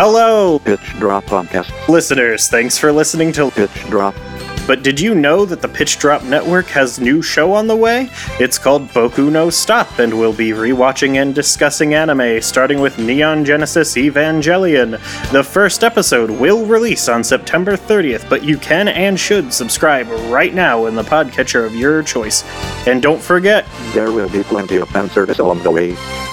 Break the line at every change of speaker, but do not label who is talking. Hello,
Pitch Drop Podcast.
listeners. Thanks for listening to.
Pitch Drop.
But did you know that the Pitch Drop Network has new show on the way? It's called Boku no Stop, and we'll be rewatching and discussing anime, starting with Neon Genesis Evangelion. The first episode will release on September 30th, but you can and should subscribe right now in the podcatcher of your choice. And don't forget,
There will be plenty of answers along the way.